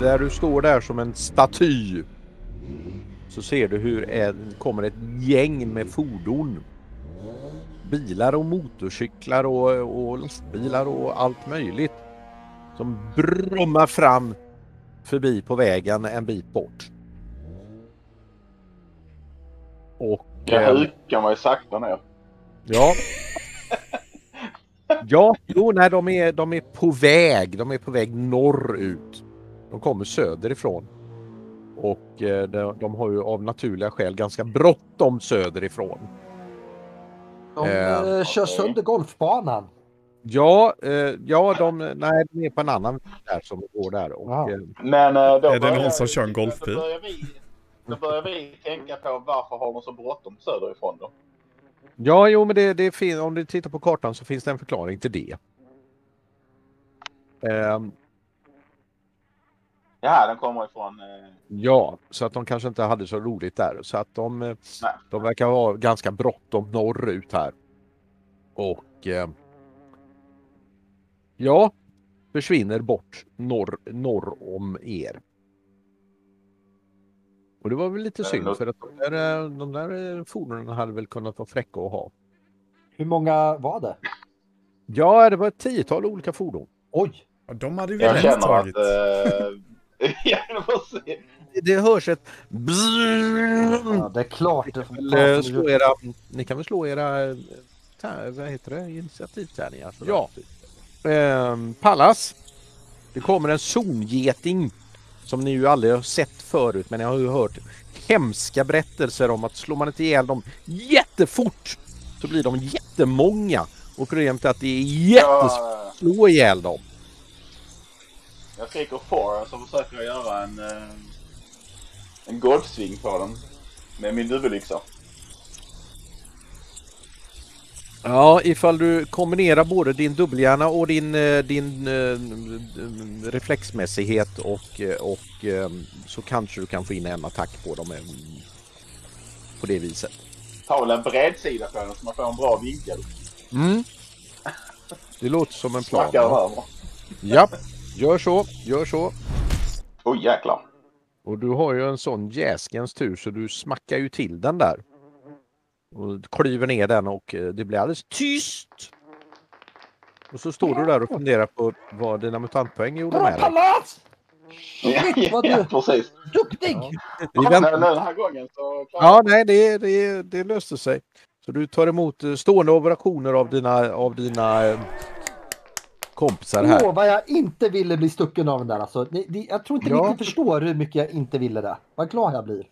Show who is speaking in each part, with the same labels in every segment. Speaker 1: där du står där som en staty så ser du hur en, kommer ett gäng med fordon. Bilar och motorcyklar och, och lastbilar och allt möjligt som brummar fram förbi på vägen en bit bort. Och...
Speaker 2: Jag
Speaker 1: eh,
Speaker 2: hukar mig sakta ner.
Speaker 1: Ja. Ja, jo, nej, de är, de är på väg. De är på väg norrut. De kommer söderifrån. Och eh, de, de har ju av naturliga skäl ganska bråttom söderifrån.
Speaker 3: De
Speaker 1: Eh,
Speaker 3: eh, kör sönder golfbanan.
Speaker 1: Ja, eh, ja de, nej, de är på en annan väg där som går där. Och,
Speaker 3: Ja.
Speaker 1: eh,
Speaker 2: Men eh, då
Speaker 4: Är det
Speaker 2: börjar-
Speaker 4: någon som kör en golfbil?
Speaker 2: Då börjar, vi, då börjar vi tänka på varför har de så bråttom söderifrån då?
Speaker 1: ja, jo, men det, det är fin- om du tittar på kartan så finns det en förklaring till det. Ehm,
Speaker 2: Ja, den kommer ifrån... Eh,
Speaker 1: Ja, så att de kanske inte hade så roligt där. Så att de, eh,
Speaker 2: Nej.
Speaker 1: de verkar ha ganska bråttom norrut här. Och eh, ja, försvinner bort norr, norr om er. Och det var väl lite
Speaker 2: Eh,
Speaker 1: synd
Speaker 2: något-
Speaker 1: för att de där, eh, de där eh, fordonen hade väl kunnat vara fräcka att ha.
Speaker 3: Hur många var det?
Speaker 1: Ja, det var ett tiotal olika fordon.
Speaker 3: Oj!
Speaker 4: Ja, de hade ju väl
Speaker 2: jag
Speaker 4: inte
Speaker 2: känner att...
Speaker 4: tagit.
Speaker 2: Eh, ja, precis.
Speaker 1: Det hörs ett
Speaker 2: Mm.
Speaker 3: Ja, det är klart. Det
Speaker 1: Eller, eh, slå era, ni kan väl slå era eh, tär- vad heter det? initiativtärningar. sådär. typ.
Speaker 4: Ja.
Speaker 1: Ehm, Pallas. Det kommer en zongeting som ni ju aldrig har sett förut men jag har ju hört hemska berättelser om att slår man inte ihjäl dem jättefort så blir de jättemånga och problemet är att det är jättesvårt
Speaker 2: Jag,
Speaker 1: att slå ihjäl dem.
Speaker 2: jag skriker for och så försöker jag göra en... Eh, en golfsving på den. Med min dubbelyxa.
Speaker 1: Ja, ifall du kombinerar både din dubbelhjärna och din, eh, din eh, reflexmässighet och, eh, och eh, så kanske du kan få in en attack på dem eh, på det viset.
Speaker 2: Ta väl en bredsida på den så man får en bra vinkel.
Speaker 1: Det låter som en plan.
Speaker 2: Snackar
Speaker 1: Ja.
Speaker 2: över.
Speaker 1: Japp, gör så, gör så.
Speaker 2: Oj jäklar.
Speaker 1: Och du har ju en sån jäskens tur så du smackar ju till den där. Och klyver ner den och eh, det blir alldeles tyst. Och så står du där och funderar på vad dina mutantpoäng gjorde
Speaker 3: Bra
Speaker 1: med dig.
Speaker 3: Pallas! Shit, vad du
Speaker 2: ja, precis.
Speaker 3: duktig!
Speaker 1: Vi
Speaker 2: Men
Speaker 1: väntar-
Speaker 2: den här gången så...
Speaker 1: Ja, nej, det, det, det löste sig. Så du tar emot eh, stående ovationer av dina, av dina eh, kompisar
Speaker 3: Åh,
Speaker 1: här.
Speaker 3: vad jag inte ville bli stucken av den där alltså. Ni, ni, jag tror inte
Speaker 1: Ja.
Speaker 3: riktigt förstår hur mycket jag inte ville det. Vad glad jag blir.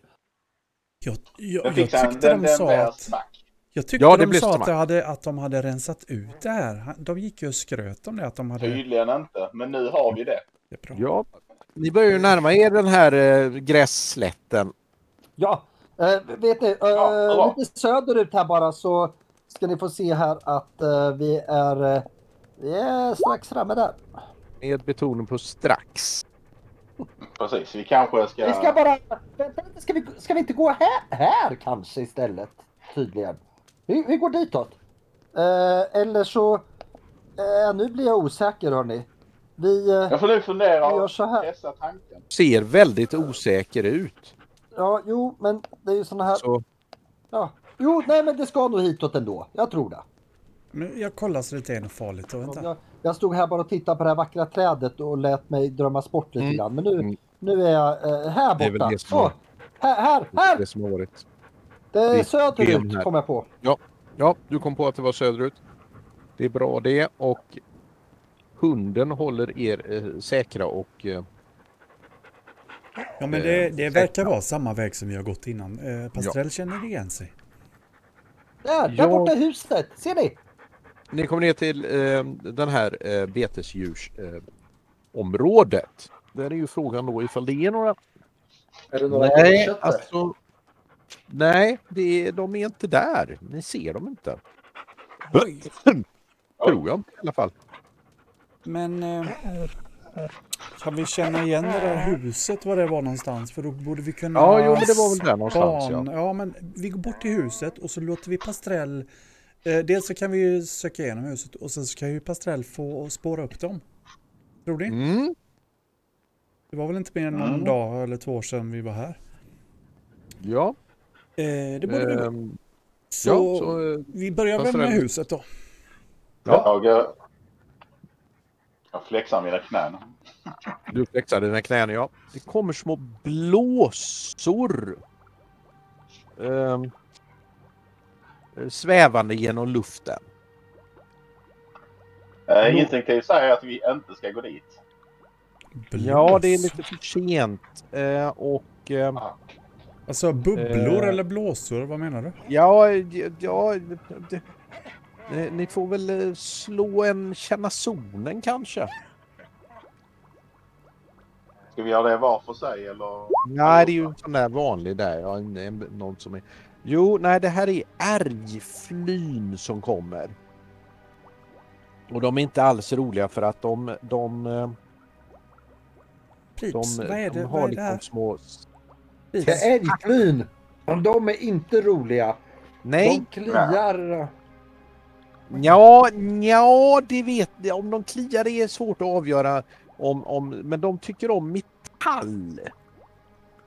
Speaker 5: Jag,
Speaker 2: Den
Speaker 5: jag, jag
Speaker 2: fick sen-
Speaker 5: tyckte
Speaker 2: den,
Speaker 5: de
Speaker 2: den
Speaker 5: sa
Speaker 2: blev
Speaker 5: att...
Speaker 2: smack.
Speaker 5: Jag tyckte
Speaker 1: Ja, det
Speaker 5: de
Speaker 1: blev
Speaker 5: sa att,
Speaker 1: smack.
Speaker 5: det hade, att de hade rensat ut det här. Han- De gick ju och skröt om det, att de hade...
Speaker 2: Tydligen inte, men nu har vi det.
Speaker 5: Det är bra.
Speaker 1: Ja. Ni börjar ju närma er den här eh, grässlätten.
Speaker 3: Ja, eh, vet ni, eh,
Speaker 2: Ja, bra.
Speaker 3: lite söderut här bara så ska ni få se här att eh, vi är, eh, vi är strax framme där.
Speaker 1: Med betoning på strax.
Speaker 2: Precis, vi kanske ska...
Speaker 3: Vi ska bara, vänta, lite, ska vi, ska vi inte gå här, här kanske istället? Tydligen. Vi, vi går ditåt. Eh, eller så, eh, nu blir jag osäker hörni. Vi, eh,
Speaker 2: Jag får nu fundera
Speaker 3: Vi gör
Speaker 2: och
Speaker 3: så här.
Speaker 2: pressa tanken.
Speaker 1: Ser väldigt osäker ut.
Speaker 3: ja jo men det är ju såna här,
Speaker 1: Så,
Speaker 3: ja. Jo, nej men det ska nog hitåt ändå. Jag tror det.
Speaker 5: Men jag kollar så det inte är något farligt. Och vänta.
Speaker 3: Jag, jag stod här bara och tittade på det här vackra trädet och lät mig drömmas bort lite
Speaker 1: Mm.
Speaker 3: grann. Men nu,
Speaker 1: Mm.
Speaker 3: nu är jag eh, här
Speaker 1: Det är väl
Speaker 3: borta.
Speaker 1: det som är-
Speaker 3: Åh, här, här, här!
Speaker 1: det som har varit.
Speaker 3: Det är
Speaker 1: det- det är
Speaker 3: söderut
Speaker 1: här.
Speaker 3: kom jag på.
Speaker 1: Ja, du kom på att det var söderut. Det är bra det och hunden håller er eh, säkra och eh,
Speaker 5: Ja, men det, det verkar vara samma väg som vi har gått innan. Eh, Pastrell känner igen sig.
Speaker 3: Där, där
Speaker 1: Jag-
Speaker 3: borta i huset! Ser ni?
Speaker 1: Ni kommer ner till eh, den här eh, betesdjursområdet. Eh, området. Där är ju frågan då ifall det är några...
Speaker 3: Är det
Speaker 1: Nej, alltså... Nej, det är, de är inte där. Ni ser dem inte. Tror jag i alla fall.
Speaker 5: Men... Eh, kan vi känna igen det där huset, var det var någonstans? För då borde vi kunna...
Speaker 1: Ja, jo, men det var väl där någonstans,
Speaker 5: span-
Speaker 1: ja.
Speaker 5: ja, men vi går bort till huset och så låter vi Pastrell... Eh, dels så kan vi ju söka igenom huset och sen så kan ju Pastrell få spåra upp dem. Tror ni?
Speaker 1: Mm.
Speaker 5: Det var väl inte mer än någon dag eller två år sedan vi var här.
Speaker 1: Ja,
Speaker 5: Eh, det borde vi gå.
Speaker 1: ehm,
Speaker 5: Så,
Speaker 1: ja så, eh,
Speaker 5: vi börjar väl
Speaker 1: passar
Speaker 5: med
Speaker 1: det.
Speaker 5: huset då.
Speaker 1: Ja.
Speaker 2: Jag, eh, jag flexar mina knän. Eh,
Speaker 1: du flexar dina knän, ja. Det kommer små blåsor. Ehm, eh, svävande genom luften.
Speaker 2: Eh, instinktivt säger jag att vi inte ska gå dit.
Speaker 1: Ja, det är
Speaker 5: Blås.
Speaker 1: lite för sent. Eh, och eh,
Speaker 5: Alltså bubblor
Speaker 1: Eh.
Speaker 5: eller blåsor, vad menar du?
Speaker 1: ja, ja, ja det, ni- ni får väl eh, slå en känna zonen kanske.
Speaker 2: Ska vi göra det var för sig eller?
Speaker 1: Nej, det är ju en sån där vanlig där. Ja, en, en, någon som är... Jo, nej, det här är ärgflyn som kommer. Och de är inte alls roliga för att de, de, eh, de,
Speaker 5: Pips, vad är
Speaker 1: de
Speaker 5: det?
Speaker 1: har
Speaker 5: Vad är det
Speaker 1: liksom
Speaker 5: här?
Speaker 1: små...
Speaker 5: Pips.
Speaker 3: Det är älgflyn! Och De är inte roliga.
Speaker 1: Nej,
Speaker 3: De kliar.
Speaker 1: Ja, ja, det vet jag. Om de kliar det är svårt att avgöra. Om, om, men de tycker om metall.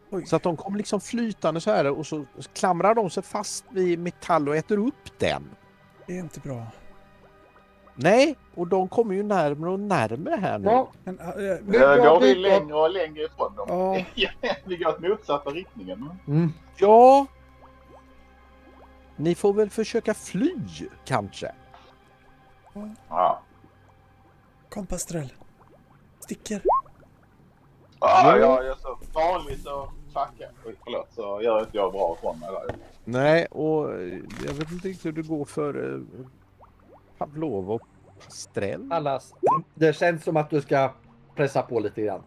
Speaker 5: Oj.
Speaker 1: Så att de kommer liksom flytande så här och så klamrar de sig fast vid metall och äter upp den.
Speaker 5: Det är inte bra.
Speaker 1: Nej, och de kommer ju närmare och närmare här nu.
Speaker 3: Ja,
Speaker 5: Men, äh,
Speaker 3: Nu
Speaker 2: Eh,
Speaker 3: går
Speaker 2: går vi
Speaker 3: vi-
Speaker 2: längre och längre ifrån dem?
Speaker 5: ja,
Speaker 2: vi går åt motsatta riktningen.
Speaker 3: mm.
Speaker 1: ja. Ni får väl försöka fly, kanske?
Speaker 2: Ja.
Speaker 5: kom Pastrell. Sticker.
Speaker 2: Ja, Ah, jag är så vanligt och fucka. Oj, förlåt, så gör inte jag bra ifrån mig där.
Speaker 1: Nej, och eh, jag vet inte riktigt hur det går för eh, Pavlov och Pastrell.
Speaker 3: Allas. Det känns som att du ska pressa på lite grann.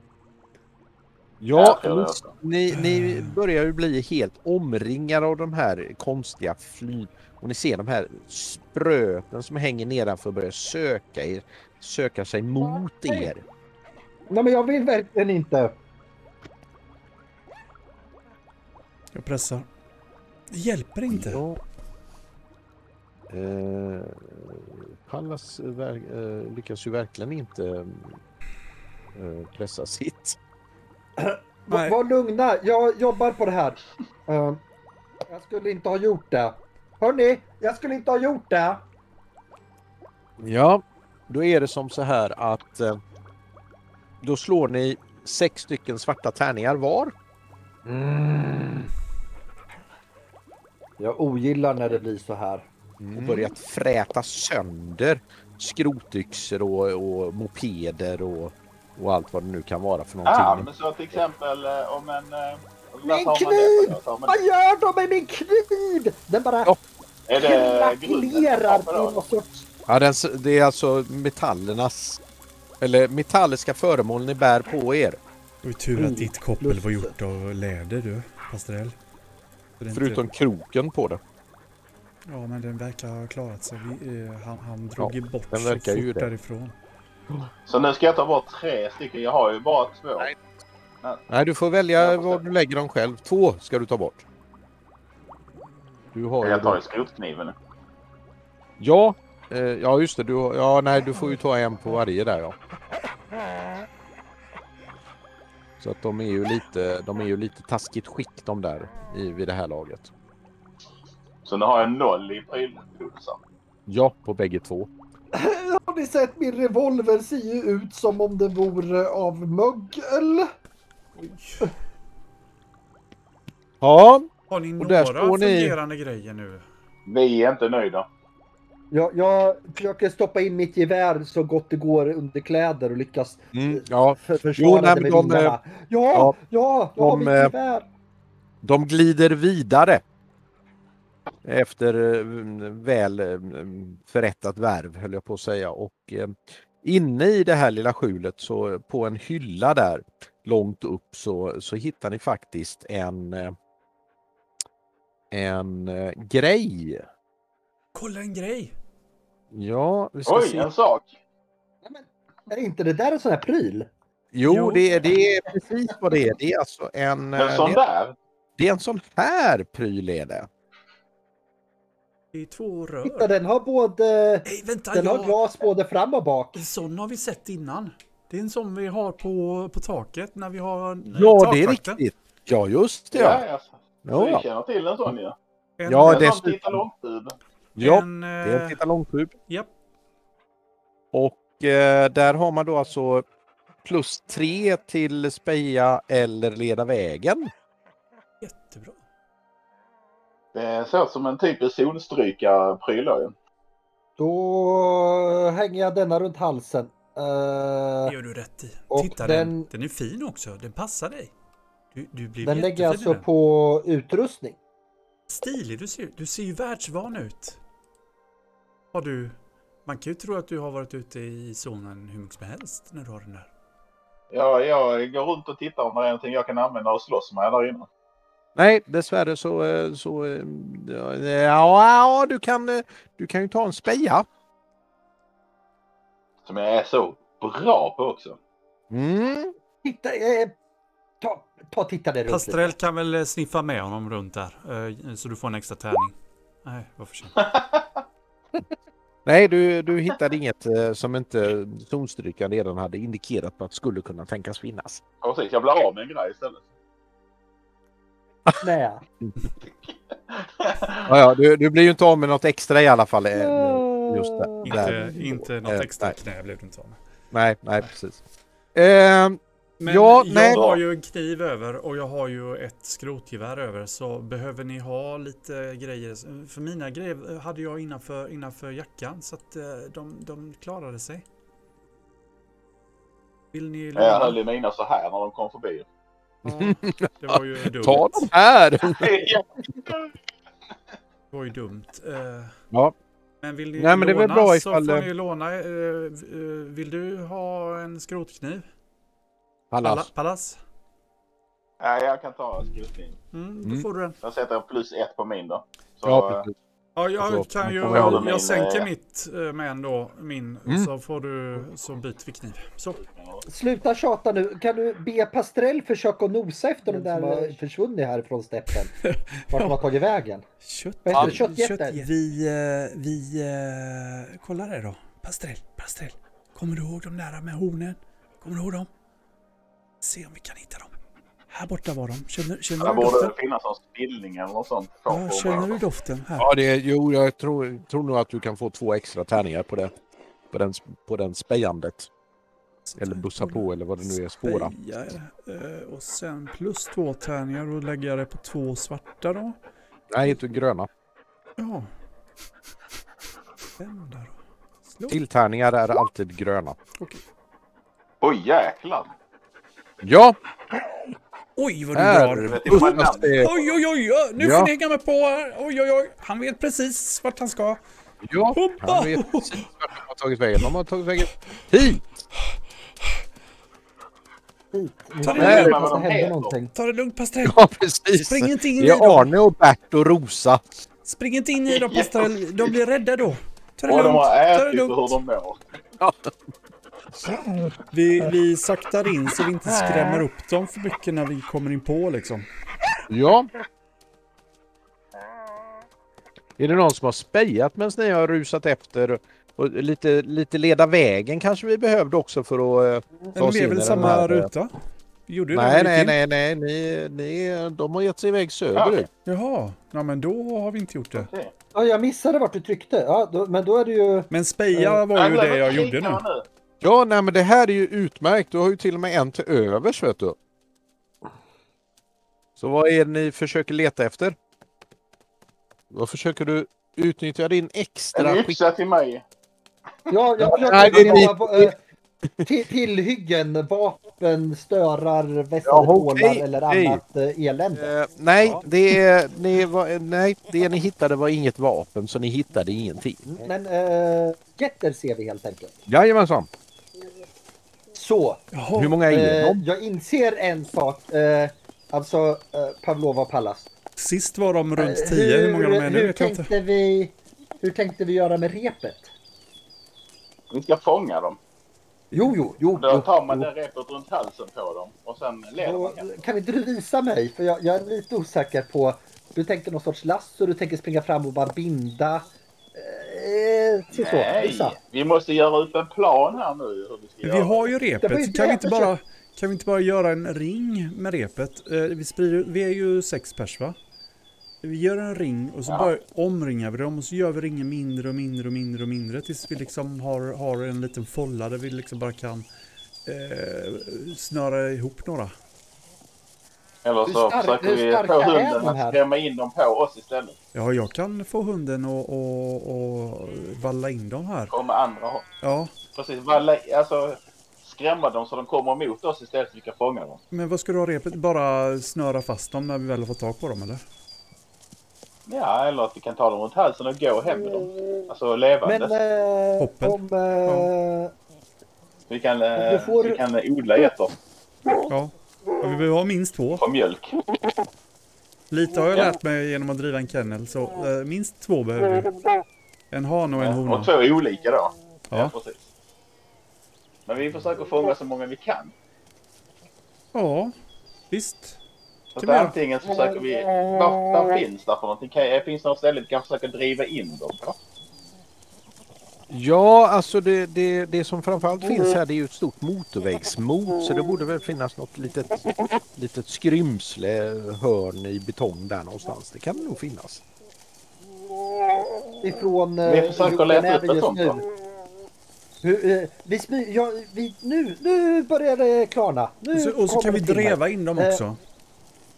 Speaker 1: Ja,
Speaker 2: Ja,
Speaker 1: ni- ni, ni börjar ju bli helt omringade av de här konstiga fly... Och ni ser de här spröten som hänger nedanför börjar söka er, söka sig mot er.
Speaker 3: Nej men jag vill verkligen inte.
Speaker 5: Jag pressar. Det hjälper inte.
Speaker 1: Ja. Eh, Pallas eh, ver- eh, lyckas ju verkligen inte eh, pressa sitt.
Speaker 5: Nej.
Speaker 3: Va- Var lugna, jag jobbar på det här. Eh, jag skulle inte ha gjort det. Hörni, jag skulle inte ha gjort det.
Speaker 1: Ja, då är det som så här att eh, då slår ni sex stycken svarta tärningar var.
Speaker 3: Jag ogillar när det blir så här.
Speaker 1: och börjat fräta sönder skrotyxor och, och mopeder och, och allt vad det nu kan vara för någonting.
Speaker 2: Ja, Ah, men så till exempel eh, om en... eh, om-
Speaker 3: Min
Speaker 2: vad tar man
Speaker 3: kniv!
Speaker 2: det för? Tar man
Speaker 3: Vad gör de med min kniv? Den bara
Speaker 1: Ja,
Speaker 2: det? Är det grunden?
Speaker 3: krackelerar
Speaker 2: Ja,
Speaker 3: på något sorts...
Speaker 1: Ja, den, s- det är alltså metallernas eller metalliska föremål ni bär på er.
Speaker 5: Det var ju tur
Speaker 1: Mm.
Speaker 5: att ditt koppel var gjort av läder du, Pastrell. Så det är inte-
Speaker 1: Förutom kroken på det.
Speaker 5: Ja, men den verkar ha klarat sig. Vi, eh, han, han drog
Speaker 1: Ja,
Speaker 5: ju bort
Speaker 1: den
Speaker 5: så fort
Speaker 1: verkar ju det.
Speaker 5: därifrån.
Speaker 2: Så nu ska jag ta bort tre stycken. Jag har ju bara två.
Speaker 1: Nej. Nej, du får välja
Speaker 2: Jag måste-
Speaker 1: var du lägger dem själv. Två ska du ta bort. Du har ju
Speaker 2: Jag tar
Speaker 1: då,
Speaker 2: ju skrotkniven.
Speaker 1: ja, eh, ja just det. Du, har- ja, nej, du får ju ta en på varje där ja. Så att de är ju lite, de är ju lite taskigt skick de där i, vid det här laget.
Speaker 2: Så nu har jag noll i prylpulsen.
Speaker 1: Ja, på bägge två.
Speaker 3: Har ni sett min revolver ser ju ut som om det vore av mögel.
Speaker 1: Ja,
Speaker 5: Har ni
Speaker 1: Och där några står ni-
Speaker 5: fungerande grejer nu?
Speaker 2: Vi är inte nöjda.
Speaker 3: Jag, jag försöker stoppa in mitt gevär så gott det går under kläder och lyckas
Speaker 1: mm, ja.
Speaker 3: för, försvara
Speaker 1: nej,
Speaker 3: det med
Speaker 1: men de, eh,
Speaker 3: vingarna. Ja,
Speaker 1: ja,
Speaker 3: ja, jag har
Speaker 1: de,
Speaker 3: mitt
Speaker 1: eh,
Speaker 3: gevär.
Speaker 1: De glider vidare. Efter eh, väl eh, förrättat värv höll jag på att säga. Och eh, inne i det här lilla skjulet så på en hylla där långt upp så, så hittar ni faktiskt en eh, en eh, grej.
Speaker 5: Kolla en grej!
Speaker 1: Ja, vi ska
Speaker 2: Oj,
Speaker 1: se.
Speaker 2: en sak!
Speaker 3: Är inte det där en sån här pryl?
Speaker 1: Jo,
Speaker 5: Jo.
Speaker 1: det, är- det är precis vad det är. Det är alltså en,
Speaker 2: En
Speaker 1: eh,
Speaker 2: sån
Speaker 1: det,
Speaker 2: där!
Speaker 1: det är en sån här pryl är det.
Speaker 5: Det är två
Speaker 3: Titta,
Speaker 5: rör.
Speaker 3: den har både...
Speaker 5: Nej, vänta!
Speaker 3: Den har
Speaker 5: Jag...
Speaker 3: glas både fram och bak.
Speaker 5: En sån har vi sett innan. Det är en sån vi har på, på taket när vi har
Speaker 1: Ja, det är
Speaker 5: takvakten.
Speaker 1: riktigt. Ja, just det.
Speaker 2: Ja,
Speaker 1: Ja,
Speaker 2: ja. Så
Speaker 1: ja.
Speaker 2: vi känner till en sån ja.
Speaker 5: En,
Speaker 1: Ja,
Speaker 2: det är
Speaker 1: dessutom.
Speaker 2: samtidigt långtid.
Speaker 1: ja
Speaker 5: en,
Speaker 1: det är en
Speaker 5: eh,
Speaker 1: titta långtub.
Speaker 5: japp.
Speaker 1: Och eh, där har man då alltså plus tre till speja eller leda vägen.
Speaker 5: Jättebra.
Speaker 2: Det ser ut som en typ typisk solstrykarpryl då ju.
Speaker 3: Då hänger jag denna runt halsen. Eh,
Speaker 5: Det gör du rätt i.
Speaker 3: Och
Speaker 5: Titta den... den.
Speaker 3: den- är
Speaker 5: är fin också. Den passar dig. Du, du blir
Speaker 3: den lägger
Speaker 5: jättefin
Speaker 3: jag
Speaker 5: i
Speaker 3: alltså
Speaker 5: den.
Speaker 3: på utrustning.
Speaker 5: Stilig du ser ut. Du ser ju världsvan ut. Har du... Man kan ju tro att du har varit ute i zonen hur mycket som helst när du har den där.
Speaker 2: Ja, jag går runt och tittar om det är någonting jag kan använda och slåss med där inne.
Speaker 1: Nej, dessvärre så... eh, så eh, ja, ja, du kan, eh, du kan ju ta en speja.
Speaker 2: Som jag är så bra på också.
Speaker 1: Mm.
Speaker 3: Titta, eh, ta, ta och titta där runt
Speaker 5: Pastrell kan väl eh, sniffa med honom runt där. eh, Så du får en extra tärning. Nej, vad för sent.
Speaker 1: Nej, du, du hittade inget eh, som inte zonstyrkan redan hade indikerat på att skulle kunna tänkas finnas.
Speaker 2: Ja, precis. Jag blir av med en grej istället.
Speaker 3: lite. Nej.
Speaker 1: Ja, ja, du, du blir ju inte av med något extra i alla fall. eh, Just där.
Speaker 5: Inte,
Speaker 1: där.
Speaker 5: inte något
Speaker 1: Eh,
Speaker 5: extra
Speaker 1: nej.
Speaker 5: knä blev du inte av med.
Speaker 1: Nej, nej, precis. Eh,
Speaker 5: Men
Speaker 1: Ja,
Speaker 5: jag
Speaker 1: nej.
Speaker 5: har ju en kniv över och jag har ju ett skrotgevär över. Så behöver ni ha lite grejer. För mina grejer hade jag innanför, innanför jackan. Så att eh, de, de klarade sig. Vill ni
Speaker 2: Jag
Speaker 5: låna?
Speaker 2: höll ju mina så här när de kom förbi.
Speaker 5: Ja, det var ju dumt.
Speaker 1: ta de här!
Speaker 2: Ja.
Speaker 5: Det var ju dumt. Eh,
Speaker 1: Ja.
Speaker 5: Men vill ni
Speaker 1: Nej,
Speaker 5: låna
Speaker 1: men det är väl bra
Speaker 5: så
Speaker 1: ifall-
Speaker 5: får ni låna. eh, eh, Vill du ha en skrotkniv?
Speaker 1: Pallas.
Speaker 5: Pala- Pallas?
Speaker 2: ja, jag kan ta skrotning.
Speaker 5: Mm, då
Speaker 1: Mm.
Speaker 5: får du den.
Speaker 2: Jag sätter jag plus ett på min då. Så,
Speaker 1: Ja, precis.
Speaker 5: Ja, jag
Speaker 1: Alltså,
Speaker 5: kan ju...
Speaker 1: man får
Speaker 2: hålla
Speaker 5: Jag,
Speaker 2: min,
Speaker 5: sänker
Speaker 2: eh,
Speaker 5: mitt eh, med en då, min.
Speaker 1: Mm.
Speaker 5: Så får du... Så byter vi kniv. Så.
Speaker 2: eh,
Speaker 3: Sluta tjata nu. Kan du be Pastrell försöka nosa efter de där eh, har... försvunna härifrån steppen? Vart de har tagit vägen?
Speaker 5: Kött...
Speaker 3: Vad heter det? Köttjätter?
Speaker 5: Vi... eh, Vi... eh, Kolla det då. Pastrell, pastrell. Kommer du ihåg de där med hornen? Kommer du ihåg dem? Se om vi kan hitta dem. Här borta var de. Känner, känner
Speaker 2: Där
Speaker 5: du doften?
Speaker 2: borde finnas någon spillning eller något sånt.
Speaker 5: Ja, känner du doften? Här.
Speaker 1: Ja, det, jo, jag tror, tror nog att du kan få två extra tärningar på det. På den, på den spejandet. Eller bussa på eller vad det nu är. Spåra.
Speaker 5: Speja, eh, och sen plus två tärningar och lägger jag det på två svarta då.
Speaker 1: Nej, inte gröna.
Speaker 5: Ja. Fem där då. Slå.
Speaker 1: Tilltärningar är alltid gröna.
Speaker 5: Okej.
Speaker 2: Oj jäklar!
Speaker 1: Ja,
Speaker 5: Oj vad du
Speaker 1: här
Speaker 5: drar.
Speaker 1: bussas det.
Speaker 5: Oj oj oj, ja, nu
Speaker 1: Ja.
Speaker 5: får ni hänga med på här. Oj oj oj, han vet precis vart han ska.
Speaker 1: Ja,
Speaker 5: Hoppa!
Speaker 1: han vet precis vart de har tagit vägen. De har tagit vägen hit!
Speaker 5: Ta
Speaker 3: Nu
Speaker 5: det lugnt,
Speaker 3: verkar Mm. det
Speaker 2: vad de
Speaker 3: hända
Speaker 2: heter.
Speaker 3: någonting.
Speaker 5: ta det lugnt Pastrell.
Speaker 1: Ja, precis.
Speaker 5: Spring inte in
Speaker 1: det
Speaker 5: i
Speaker 1: är
Speaker 5: dem.
Speaker 1: Arne och Bert och Rosa.
Speaker 5: Spring inte in i dem Pastrell, de blir rädda då. Ta det
Speaker 2: Vad de
Speaker 5: lugnt,
Speaker 2: har
Speaker 5: ta det
Speaker 2: ätit och hur
Speaker 5: lugnt.
Speaker 2: de mår.
Speaker 5: Vi, vi saktar in så vi inte skrämmer upp dem för mycket när vi kommer in på liksom.
Speaker 1: Ja. Är det någon som har spejat medan ni har rusat efter? Och lite, lite leda vägen kanske vi behövde också för att... eh, ta
Speaker 5: Men
Speaker 1: oss
Speaker 5: det är
Speaker 1: in i
Speaker 5: väl
Speaker 1: den
Speaker 5: samma
Speaker 1: här, eh,
Speaker 5: ruta? Vi Gjorde det
Speaker 1: Nej,
Speaker 5: när vi
Speaker 1: nej,
Speaker 5: gick in.
Speaker 1: nej, nej, ni, ni, de har gett sig iväg söderut.
Speaker 5: Jaha, ja, men då har vi inte gjort det.
Speaker 2: Okej.
Speaker 3: Ja, jag missade vart du tryckte. Ja, då, men då är det ju...
Speaker 5: Men speja var ju
Speaker 2: Jävlar,
Speaker 5: det jag
Speaker 2: vad
Speaker 5: gjorde
Speaker 2: kikar
Speaker 5: nu.
Speaker 2: man nu.
Speaker 1: Ja, nej, men det här är ju utmärkt. Du har ju till och med en till övers, vet du. Så vad är det ni försöker leta efter? Vad försöker du utnyttja din extra
Speaker 2: En
Speaker 1: skick?
Speaker 2: yxa till mig.
Speaker 3: Ja, jag försöker
Speaker 1: Nej, det är
Speaker 3: komma
Speaker 1: ni-
Speaker 3: på, eh, till, tillhyggen, vapen, störar, vässade
Speaker 1: Ja,
Speaker 3: pålar
Speaker 1: okej,
Speaker 3: eller
Speaker 1: okej.
Speaker 3: annat eh, elände.
Speaker 1: Eh, nej, det är, ni var, nej, det ni hittade var inget vapen, så ni hittade ingenting.
Speaker 3: Men äh, getter ser vi helt enkelt.
Speaker 1: Jajamensan.
Speaker 3: Så,
Speaker 1: Hur
Speaker 5: Jaha,
Speaker 1: många är
Speaker 3: eh,
Speaker 1: de?
Speaker 3: jag inser en sak. Eh, alltså, eh, Pavlova Pallas.
Speaker 5: sist var de runt 10. Hur många de är nu
Speaker 3: hur
Speaker 5: vet jag inte.
Speaker 3: tänkte vi, hur tänkte vi göra med repet?
Speaker 2: Vi ska fånga dem.
Speaker 3: Jo, jo, jo.
Speaker 2: Då
Speaker 3: jo,
Speaker 2: tar man
Speaker 3: jo.
Speaker 2: det repet runt halsen på dem och sen leder man
Speaker 3: Då,
Speaker 2: kanske.
Speaker 3: kan inte du visa mig? För jag, jag är lite osäker på... Du tänker någon sorts lasso, du tänker springa fram och bara binda. Eh, eh, till så.
Speaker 2: Nej,
Speaker 3: Gissa.
Speaker 2: vi måste göra upp en plan här nu hur vi ska
Speaker 5: Vi
Speaker 2: göra.
Speaker 5: har ju
Speaker 3: Det var ju
Speaker 5: repet.
Speaker 3: det
Speaker 5: Kan vi, inte
Speaker 3: jag
Speaker 5: bara, kan vi inte bara göra en ring med repet? Eh, Vi, sprider, vi är ju sex pers va? Vi gör en ring och så
Speaker 2: Ja.
Speaker 5: bara omringar vi dem och så gör vi ringen mindre och mindre och mindre och mindre tills vi liksom har, har en liten folla där vi liksom bara kan eh, snöra ihop några.
Speaker 2: Eller
Speaker 3: Hur
Speaker 2: så
Speaker 3: stark-
Speaker 2: försöker
Speaker 3: hur
Speaker 2: vi
Speaker 3: starka
Speaker 2: få
Speaker 3: är
Speaker 2: hunden
Speaker 3: de här?
Speaker 2: att skrämma in dem på oss istället.
Speaker 5: Ja, jag kan få hunden och, och, och valla in dem här.
Speaker 2: Komma andra håll.
Speaker 5: Ja,
Speaker 2: Precis, valla, alltså skrämma dem så de kommer mot oss istället så vi kan fånga dem.
Speaker 5: men vad ska du ha repet? Bara snöra fast dem när vi väl har fått tag på dem eller?
Speaker 2: Ja, eller att vi kan ta dem runt halsen och gå hem med dem. Alltså levande.
Speaker 3: Men eh,
Speaker 5: Hoppen.
Speaker 3: om, eh,
Speaker 2: vi kan,
Speaker 3: du
Speaker 2: eh,
Speaker 3: får-
Speaker 2: vi kan eh, odla getter
Speaker 5: Ja, och vi behöver ha minst två.
Speaker 2: på mjölk.
Speaker 5: Lite har jag
Speaker 2: Ja.
Speaker 5: lärt mig genom att driva en kennel, så eh, minst två behöver vi. En han och en hona.
Speaker 2: Och två olika då.
Speaker 5: Ja.
Speaker 2: precis. Men vi försöker fånga så många vi kan.
Speaker 5: Ja, visst.
Speaker 2: Så att
Speaker 5: Kan vi göra.
Speaker 2: antingen så försöker vi... Var, var finns det för någonting? Kan, finns det något ställe vi kan försöka driva in dem på?
Speaker 1: Ja, alltså det, det, det som framförallt finns här det är ju ett stort motorvägsmot så det borde väl finnas något litet, litet skrymsle, hörn i betong där någonstans. Det kan det nog finnas.
Speaker 3: ifrån... eh,
Speaker 2: Vi försöker leta upp ett sånt då.
Speaker 3: Hur, eh, vi smy, ja, vi, nu, nu börjar det klarna. Nu
Speaker 5: Och så, och så
Speaker 3: kommer
Speaker 5: kan vi
Speaker 3: det till här.
Speaker 5: dreva in dem
Speaker 3: Eh,
Speaker 5: också.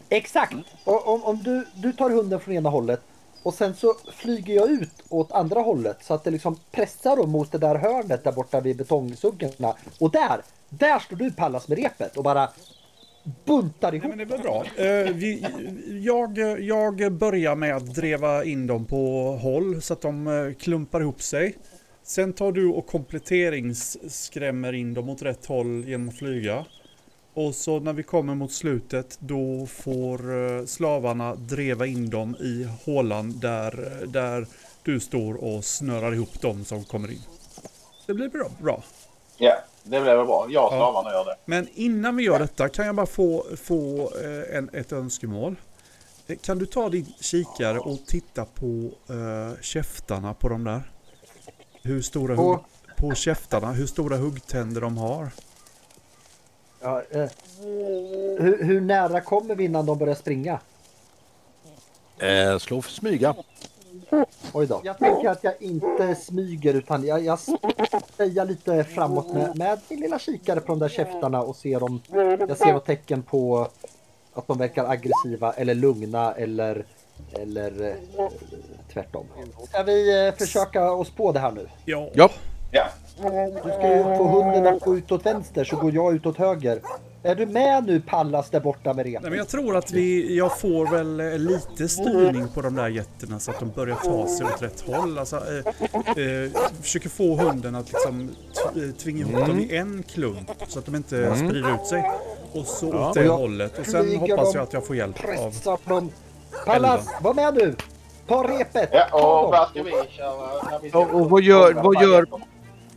Speaker 3: Exakt! Mm. Och, om om du, du tar hunden från ena hållet och sen så flyger jag ut åt andra hållet så att det liksom pressar dem mot det där hörnet där borta vid betongsuggarna. Och där, där står du Pallas med repet och bara buntar
Speaker 5: Nej,
Speaker 3: ihop.
Speaker 5: men det blir bra. Eh, vi, jag, jag börjar med att dreva in dem på håll så att de eh, klumpar ihop sig. Sen tar du och kompletteringsskrämmer in dem åt rätt håll genom att flyga. Och så när vi kommer mot slutet då får eh, slavarna dreva in dem i hålan där, där du står och snörar ihop dem som kommer in. Det blir bra. bra.
Speaker 2: Ja, det blir väl bra. Jag och slavarna gör det.
Speaker 5: Men innan vi gör detta kan jag bara få, få eh, en, ett önskemål. Eh, Kan du ta din kikare och titta på eh, käftarna på de där? Hur stora
Speaker 3: På?
Speaker 5: hugg, på käftarna, hur stora huggtänder de har.
Speaker 3: Ja, eh, hur, hur nära kommer vi innan de börjar springa?
Speaker 1: Eh, slå för smyga.
Speaker 3: Oj då. Jag tänker att jag inte smyger utan jag, jag spejar lite framåt med, med min lilla kikare på de där käftarna och ser om jag ser något tecken på att de verkar aggressiva eller lugna eller, eller eh, tvärtom. Ska vi eh, försöka oss på det här nu?
Speaker 5: Ja.
Speaker 1: Ja.
Speaker 2: Ja.
Speaker 3: Du ska ju få hunden att gå ut åt vänster så går jag ut åt höger. Är du med nu Pallas där borta med
Speaker 5: Nej,
Speaker 3: repet?
Speaker 5: men jag tror att vi, jag får väl eh, lite styrning på de där getterna så att de börjar ta sig åt rätt håll. Alltså, eh, eh, försöker få hunden att liksom t- eh, tvinga ihop dem i en klump så att de inte sprider ut sig. Och så åt det
Speaker 3: Och jag
Speaker 5: hållet. Och sen
Speaker 3: flyger
Speaker 5: hoppas
Speaker 3: dem.
Speaker 5: jag att jag får hjälp av...
Speaker 3: Pressa dem! Pallas, var med nu! Ta repet!
Speaker 2: ja
Speaker 3: Ta
Speaker 2: och
Speaker 3: dem!
Speaker 2: vad ska vi köra? när vi ska-
Speaker 1: Och- och vad gör- vad gör-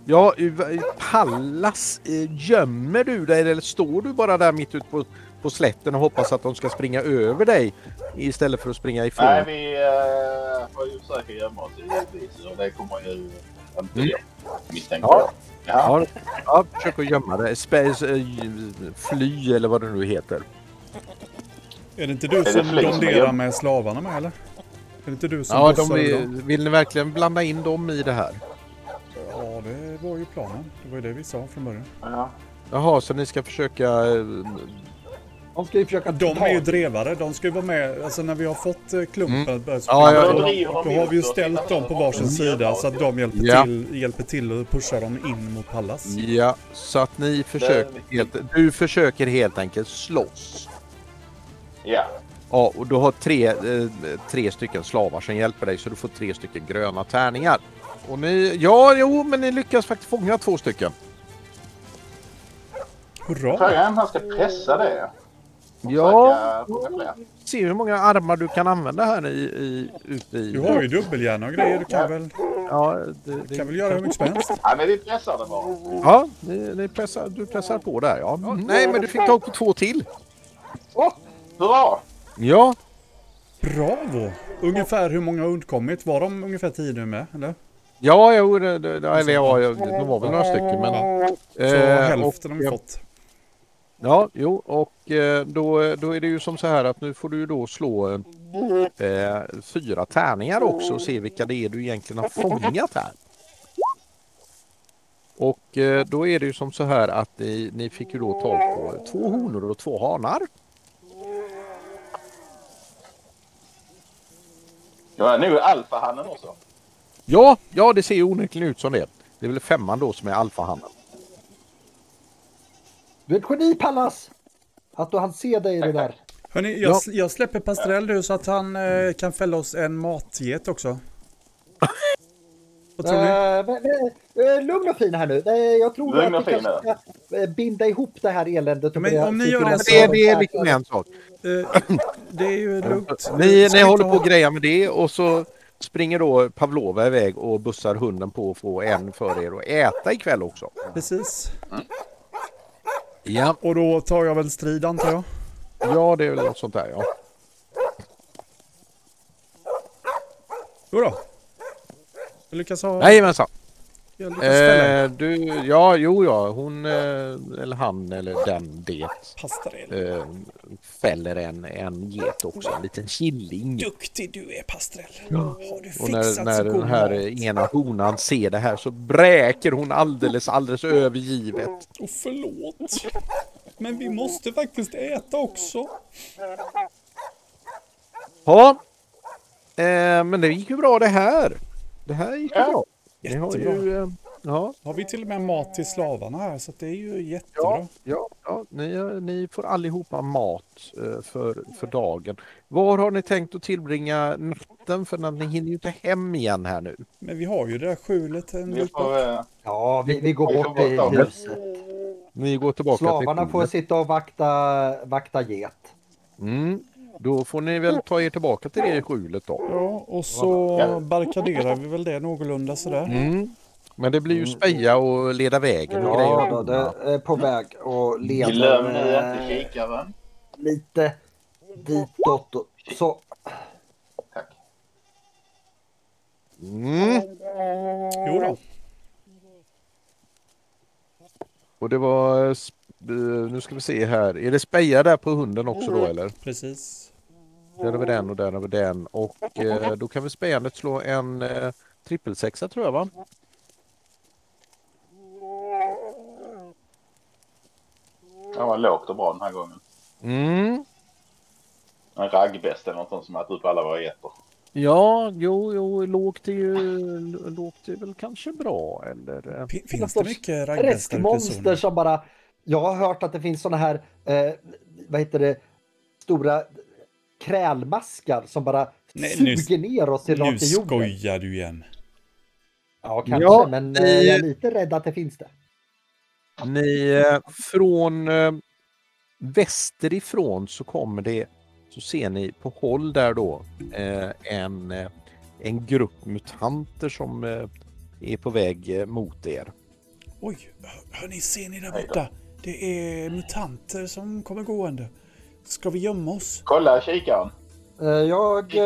Speaker 1: Ja, i- i- Pallas, eh, gömmer du dig eller står du bara där mitt ute på, på slätten och hoppas att de ska springa över dig istället för att springa ifrån?
Speaker 2: Nej, vi eh, får ju försöka gömma oss givetvis. Och det kommer ju inte
Speaker 1: Mm.
Speaker 2: jag misstänker
Speaker 1: Ja.
Speaker 2: jag.
Speaker 1: Ja, ja, försök att gömma dig. Spä- eh, Fly eller vad det nu heter.
Speaker 5: Är det inte du
Speaker 2: det
Speaker 5: som
Speaker 2: fler som har
Speaker 5: domderar
Speaker 2: hjälp?
Speaker 5: med slavarna med eller? Är det inte du som
Speaker 1: Ja, de
Speaker 5: bossar
Speaker 1: är,
Speaker 5: dem?
Speaker 1: vill ni verkligen blanda in dem i det här?
Speaker 5: Ja, det var ju planen. Det var ju det vi sa från början.
Speaker 2: Ja.
Speaker 1: Jaha, så ni ska försöka... eh,
Speaker 3: De ska ju försöka
Speaker 5: De
Speaker 3: ta
Speaker 5: är ju drevare, de ska ju vara med. Alltså när vi har fått eh, klumpen att börja springa,
Speaker 1: Mm. Ja, ja,
Speaker 5: då,
Speaker 1: ja.
Speaker 5: då, har vi ju ställt dem på varsin sida så att de hjälper,
Speaker 1: Ja.
Speaker 5: till, hjälper till och pushar dem in mot Pallas.
Speaker 1: Ja, så att ni försöker helt... Du försöker helt enkelt slåss.
Speaker 2: Ja.
Speaker 1: Ja, och du har tre, eh, tre stycken slavar som hjälper dig så du får tre stycken gröna tärningar. Och ni... Ja, jo, men ni lyckas faktiskt fånga två stycken.
Speaker 5: Hurra!
Speaker 2: Frågan är om han ska pressa det.
Speaker 1: Ja,
Speaker 2: Försöka fånga fler.
Speaker 1: se hur många armar du kan använda här i, i, ute i...
Speaker 5: Du har ju dubbelhjärna och grejer, du
Speaker 2: Ja.
Speaker 5: kan väl,
Speaker 1: Ja, det, det...
Speaker 5: kan väl göra hur mycket som helst?
Speaker 2: Ja, men vi pressar det bara.
Speaker 1: Ja, ni, ni pressar, du pressar på där ja. Mm. Nej, men du fick tag på två till.
Speaker 2: Hurra!
Speaker 1: Ja,
Speaker 5: Bravo! Ungefär hur många har undkommit? Var de ungefär tio nu med? Eller?
Speaker 1: Ja, jo, det, det, det, eller ja, jag- det var väl några stycken. Men,
Speaker 5: Så
Speaker 1: eh, och,
Speaker 5: hälften har vi fått.
Speaker 1: ja, jo, och eh, då, då är det ju som så här att nu får du ju då slå eh, fyra tärningar också och se vilka det är du egentligen har fångat här. Och eh, då är det ju som så här att ni, ni fick ju då tag på två honor och två hanar.
Speaker 2: Ja, nu är alfahannen också.
Speaker 1: Ja, ja, det ser ju onekligen ut som det. Det är väl femman då som är alfahannen.
Speaker 3: Du är ett geni Pallas! Att du hann se dig i det där.
Speaker 5: Hörrni, jag,
Speaker 1: Ja.
Speaker 5: sl- jag släpper Pastrell nu så att han eh, kan fälla oss en matget också. Vad tror ni?
Speaker 3: Eh, men- men, eh, lugn och fin här nu. Eh, jag tror
Speaker 2: Lugn
Speaker 3: att
Speaker 2: och
Speaker 3: vi
Speaker 2: fin
Speaker 3: kanske ska eh, binda ihop det här eländet. och
Speaker 5: Men
Speaker 3: börja
Speaker 5: om ni
Speaker 3: sitta
Speaker 5: gör det
Speaker 3: och-
Speaker 5: så-
Speaker 1: Det, det är liksom en sak.
Speaker 5: Eh, det är ju lugnt.
Speaker 1: Ni,
Speaker 5: Ska
Speaker 1: ni
Speaker 5: inte
Speaker 1: håller på
Speaker 5: ha-
Speaker 1: att greja med det och så springer då Pavlova iväg och bussar hunden på att få en för er att äta ikväll också.
Speaker 5: Precis.
Speaker 1: Ja,
Speaker 5: Och då tar jag väl strid antar jag.
Speaker 1: ja det är väl något sånt där ja.
Speaker 5: Jo då. Jag lyckas ha...
Speaker 1: Jajamensan.
Speaker 5: Jag lyckas fälla en
Speaker 1: Eh, du, ja, jo, ja, hon eh, eller han eller den det
Speaker 5: Pastrell.
Speaker 1: eh, fäller en, en get också, en liten killing.
Speaker 5: duktig du är Pastrell. Har du
Speaker 1: Och
Speaker 5: fixat
Speaker 1: när, när
Speaker 5: så god
Speaker 1: den här
Speaker 5: mat?
Speaker 1: ena honan ser det här så bräker hon alldeles, alldeles övergivet.
Speaker 5: Och förlåt. Men vi måste faktiskt äta också.
Speaker 1: Ja, eh, men det gick ju bra det här. Det här gick ju bra. Ni har ju,
Speaker 5: Jättebra.
Speaker 1: eh, ja,
Speaker 5: Har vi till och med mat till slavarna här så att det är ju jättebra.
Speaker 1: ja, ja ni, eh, ni får allihopa mat eh, för, för dagen. Var har ni tänkt att tillbringa natten? För att ni hinner ju inte hem igen här nu.
Speaker 5: Men vi har ju det där skjulet en
Speaker 2: Vi
Speaker 1: Mm.
Speaker 5: bit bort.
Speaker 2: får... eh,
Speaker 3: Ja, vi, vi går
Speaker 2: Vi får
Speaker 3: bort
Speaker 2: bort dem.
Speaker 3: i huset.
Speaker 1: Ni går tillbaka
Speaker 3: Slavarna
Speaker 1: till
Speaker 3: får
Speaker 1: kornet.
Speaker 3: sitta och vakta, vakta get.
Speaker 1: Mm. Då får ni väl ta er tillbaka till det skjulet då.
Speaker 5: Ja, och så barrikaderar vi väl det någorlunda sådär.
Speaker 1: Mm. Men det blir ju speja och leda vägen och
Speaker 3: Ja,
Speaker 1: grejer.
Speaker 3: då, det är på väg och leder
Speaker 2: Glöm nu inte
Speaker 3: eh,
Speaker 2: kikaren.
Speaker 3: lite ditåt. och- Så,
Speaker 2: Tack.
Speaker 1: Mm.
Speaker 5: Jo då.
Speaker 1: Och det var, eh, sp- eh, nu ska vi se här, är det speja där på hunden också då eller?
Speaker 5: precis.
Speaker 1: Där har vi den och där har vi den och eh, då kan vi spejandet slå en eh, trippelsexa tror jag va?
Speaker 2: Det var lågt och bra den här gången.
Speaker 1: Mm.
Speaker 2: En raggbäst eller något sånt som äter upp alla våra getter.
Speaker 1: Ja, jo, jo, lågt är ju, lågt är väl kanske bra eller? eh,
Speaker 5: Fin- Finns det mycket ragghästar ute i
Speaker 3: Träskmonster
Speaker 5: zonen?
Speaker 3: som bara... Jag har hört att det finns såna här, eh, vad heter det, stora krälmaskar som bara
Speaker 5: Nej, nu-
Speaker 3: suger ner oss i
Speaker 5: Nu
Speaker 3: rakt i jorden.
Speaker 5: skojar du igen.
Speaker 3: Ja, kanske,
Speaker 1: Ja,
Speaker 3: men
Speaker 1: det-
Speaker 3: eh, jag är lite rädd att det finns det.
Speaker 1: Ni, eh, från eh, västerifrån så kommer det, så ser ni på håll där då eh, en, eh, en grupp mutanter som eh, är på väg eh, mot er.
Speaker 5: Oj, hör- hörni, ser ni där borta? Det är mutanter som kommer gående. Ska vi gömma oss?
Speaker 2: Kolla kikaren!
Speaker 3: Eh, Jag... Eh,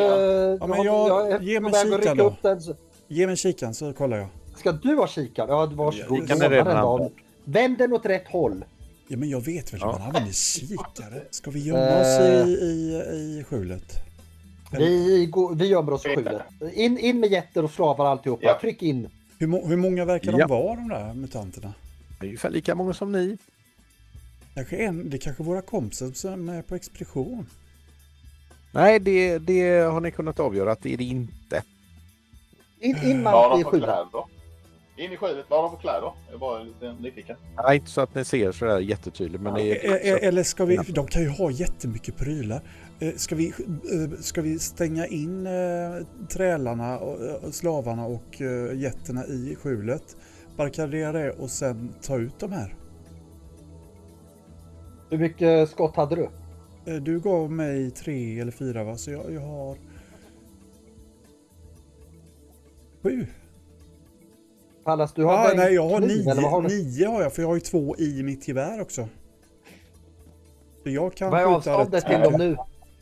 Speaker 2: Ja,
Speaker 5: men jag- ge mig
Speaker 3: på väg att
Speaker 5: kikaren
Speaker 3: rycka
Speaker 5: då.
Speaker 3: upp den. så-
Speaker 5: Ge mig kikaren så kollar jag.
Speaker 3: Ska du ha kikaren? Ja, varsågod.
Speaker 1: Kikaren
Speaker 3: Låna
Speaker 1: är redan
Speaker 3: den då.
Speaker 1: använd.
Speaker 3: Vänd den åt rätt håll.
Speaker 5: Ja, men jag vet väl hur man använder kikare. Ska vi
Speaker 3: Eh.
Speaker 5: gömma oss i, i, i skjulet?
Speaker 3: Vi, går, vi gömmer oss i skjulet. In, in med getter och slavar alltihopa.
Speaker 2: Ja.
Speaker 3: Tryck in.
Speaker 5: Hur, må, hur många verkar de
Speaker 1: Ja.
Speaker 5: vara, de där mutanterna?
Speaker 1: Det är ungefär lika många som ni.
Speaker 5: Kanske en, det är kanske våra kompisar som är på expedition.
Speaker 1: Nej, det, det har ni kunnat avgöra att det är det inte.
Speaker 3: In, in
Speaker 5: Mm.
Speaker 3: med
Speaker 2: Vad har
Speaker 3: allt
Speaker 2: de
Speaker 3: i
Speaker 2: för
Speaker 3: skjulet.
Speaker 2: kläder? In i skjulet, vad har de för kläder? Jag är bara lite nyfiken.
Speaker 1: Nej, inte så att ni ser sådär jättetydligt, men det
Speaker 5: E- e-
Speaker 1: är...
Speaker 5: Eller ska vi, de kan ju ha jättemycket prylar. Eh, Ska vi, eh, ska vi stänga in eh, trälarna, och, eh, slavarna och eh, getterna i skjulet? Barrikadera det och sen ta ut de här.
Speaker 3: Hur mycket skott hade du?
Speaker 5: Eh, Du gav mig tre eller fyra va, så jag, jag har... Sju?
Speaker 3: Pallas, du har
Speaker 5: Ah,
Speaker 3: väl
Speaker 5: nej, jag har
Speaker 3: kniv, eller
Speaker 5: nio.
Speaker 3: vad har du?
Speaker 5: nio har jag, för jag har ju två i mitt gevär också. Så jag kan
Speaker 3: Vad är
Speaker 5: skjuta
Speaker 3: avståndet
Speaker 5: rätt
Speaker 3: till
Speaker 5: mycket.
Speaker 3: dem nu?